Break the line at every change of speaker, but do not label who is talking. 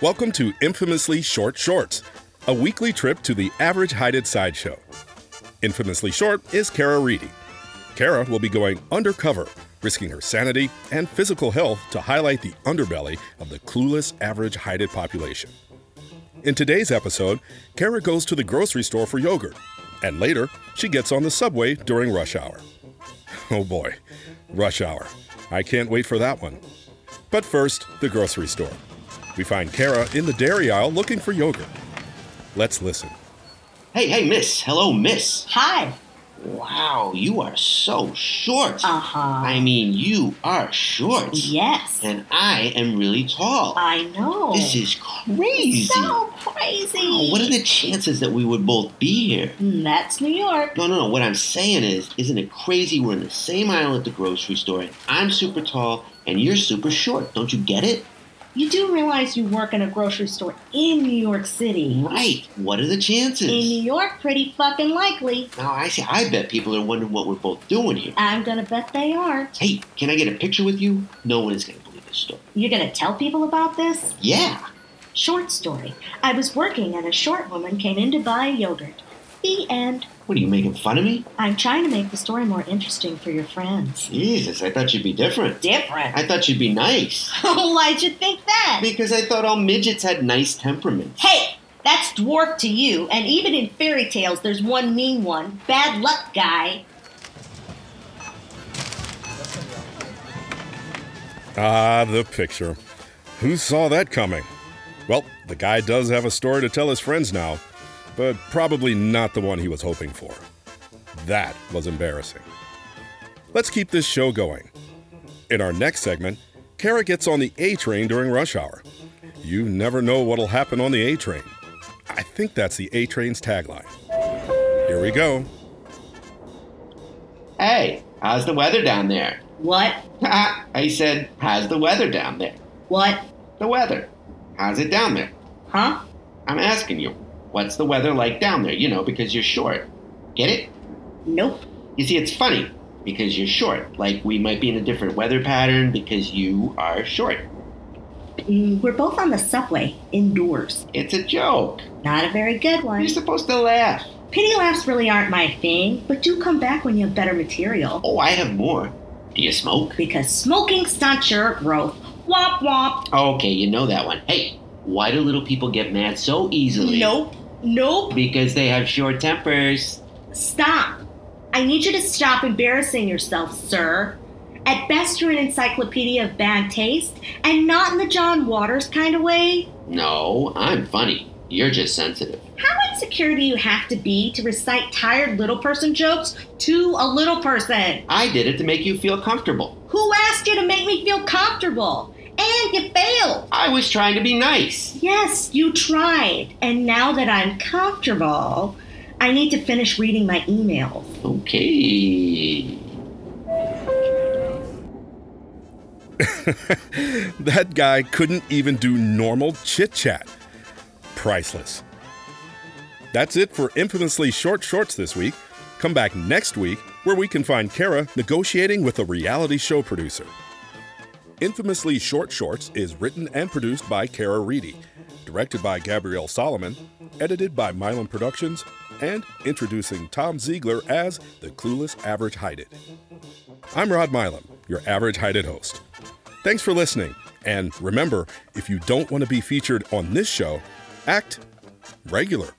Welcome to Infamously Short Shorts, a weekly trip to the average heighted sideshow. Infamously short is Kara Reedy. Kara will be going undercover, risking her sanity and physical health to highlight the underbelly of the clueless average heighted population. In today's episode, Kara goes to the grocery store for yogurt, and later, she gets on the subway during rush hour. Oh boy, rush hour. I can't wait for that one. But first, the grocery store. We find Kara in the dairy aisle looking for yogurt. Let's listen.
Hey, hey, miss. Hello, miss.
Hi.
Wow, you are so short.
Uh huh.
I mean, you are short.
Yes.
And I am really tall.
I know.
This is crazy.
so crazy.
Oh, what are the chances that we would both be here?
Mm, That's New York.
No, no, no. What I'm saying is, isn't it crazy? We're in the same aisle at the grocery store, and I'm super tall, and you're super short. Don't you get it?
You do realize you work in a grocery store in New York City.
Right. What are the
In
chances?
New York, pretty fucking likely.
Now, I see. I bet people are wondering what we're both doing here.
I'm gonna bet they aren't.
Hey, can I get a picture with you? No one is going to believe this story.
You're gonna tell people about this?
Yeah.
Short story. I was working and a short woman came in to buy yogurt. The end.
What are you making fun of me?
I'm trying to make the story more interesting for your friends.
Jesus, I thought you'd be different.
Different.
I thought you'd be nice.
Why'd you think that?
Because I thought all midgets had nice temperaments.
Hey, that's dwarf to you, and even in fairy tales, there's one mean one. Bad luck guy.
Ah, the picture. Who saw that coming? Well, the guy does have a story to tell his friends now, but probably not the one he was hoping for. That was embarrassing. Let's keep this show going. In our next segment, Kara gets on the A train during rush hour. You never know what'll happen on the A train. I think that's the A train's tagline. Here we go.
Hey, how's the weather down there?
What?
Ah, I said, how's the weather down there?
What?
The weather. How's it down there?
Huh?
I'm asking you, what's the weather like down there? You know, because you're short. Get it?
Nope.
You see, it's funny because you're short. Like, we might be in a different weather pattern because you are short.
Mm, we're both on the subway, indoors.
It's a joke.
Not a very good one.
You're supposed to laugh.
Pity laughs really aren't my thing, but do come back when you have better material.
Oh, I have more. Do you smoke?
Because smoking stunts your growth. Womp womp.
Okay, you know that one. Hey, why do little people get mad so easily?
Nope. Nope.
Because they have short tempers.
Stop. I need you to stop embarrassing yourself, sir. At best, you're an encyclopedia of bad taste, and not in the John Waters kind of way.
No, I'm funny. You're just sensitive.
How insecure do you have to be to recite tired little person jokes to a little person?
I did it to make you feel comfortable.
Who asked you to make me feel comfortable? And you failed!
I was trying to be nice.
Yes, you tried. And now that I'm comfortable, I need to finish reading my emails.
Okay.
That guy couldn't even do normal chit chat. Priceless. That's it for Infamously Short Shorts this week. Come back next week where we can find Kara negotiating with a reality show producer. Infamously Short Shorts is written and produced by Kara Reedy, directed by Gabrielle Solomon, edited by Milan Productions, and introducing Tom Ziegler as the clueless average heighted. I'm Rod Milam, your average heighted host. Thanks for listening. And remember, if you don't want to be featured on this show, act regular.